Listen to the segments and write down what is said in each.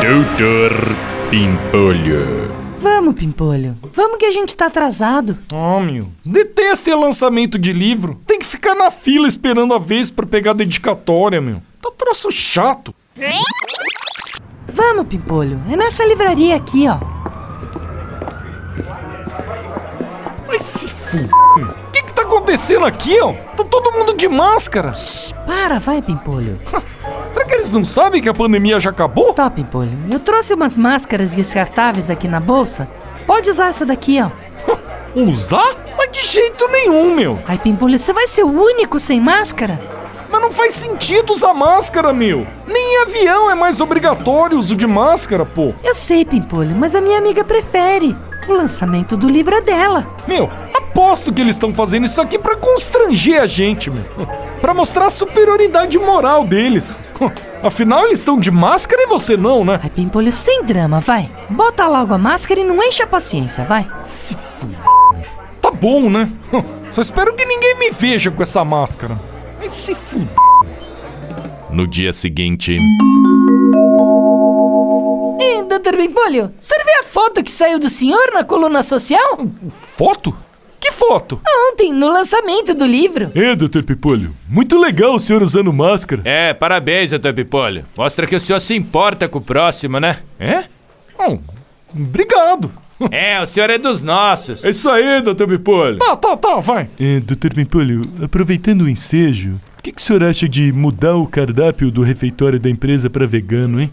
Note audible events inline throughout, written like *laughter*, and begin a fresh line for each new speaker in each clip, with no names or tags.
Doutor Pimpolho.
Vamos, Pimpolho. Vamos que a gente tá atrasado.
Oh, meu. Detesta lançamento de livro. Tem que ficar na fila esperando a vez pra pegar a dedicatória, meu. Tá troço chato.
Vamos, Pimpolho. É nessa livraria aqui, ó.
Vai se f... O que que tá acontecendo aqui, ó? Tá todo mundo de máscara.
Shh, para, vai, Pimpolho.
Será que eles não sabem que a pandemia já acabou?
Top, Pimpolho. Eu trouxe umas máscaras descartáveis aqui na bolsa. Pode usar essa daqui, ó.
Usar? Mas de jeito nenhum, meu.
Ai, Pimpolho, você vai ser o único sem máscara?
Mas não faz sentido usar máscara, meu. Nem em avião é mais obrigatório o uso de máscara, pô.
Eu sei, Pimpolho, mas a minha amiga prefere. O lançamento do livro é dela.
Meu, aposto que eles estão fazendo isso aqui pra constranger a gente, meu. *laughs* Pra mostrar a superioridade moral deles. *laughs* Afinal, eles estão de máscara e você não, né?
Ai, Pimpolho, sem drama, vai. Bota logo a máscara e não enche a paciência, vai.
Se f... Tá bom, né? *laughs* Só espero que ninguém me veja com essa máscara. Mas se f...
No dia seguinte,
Ih, doutor Bimpolho, o senhor viu a foto que saiu do senhor na coluna social?
Foto? Que foto?
Ontem, no lançamento do livro.
É, Dr. Pipolho, muito legal o senhor usando máscara.
É, parabéns, doutor Pipolho. Mostra que o senhor se importa com o próximo, né?
É? Hum, obrigado.
É, o senhor é dos nossos.
isso aí, Dr. Pipolho. Tá, tá, tá, vai.
É, Dr. Pimpolho, aproveitando o ensejo, o que, que o senhor acha de mudar o cardápio do refeitório da empresa para vegano, hein?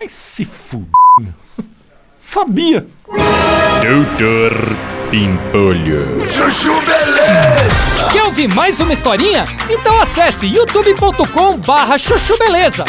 Ai, se f... *laughs* Sabia.
Doutor Pimpolho.
Quer ouvir mais uma historinha? Então acesse youtube.com barra chuchu beleza.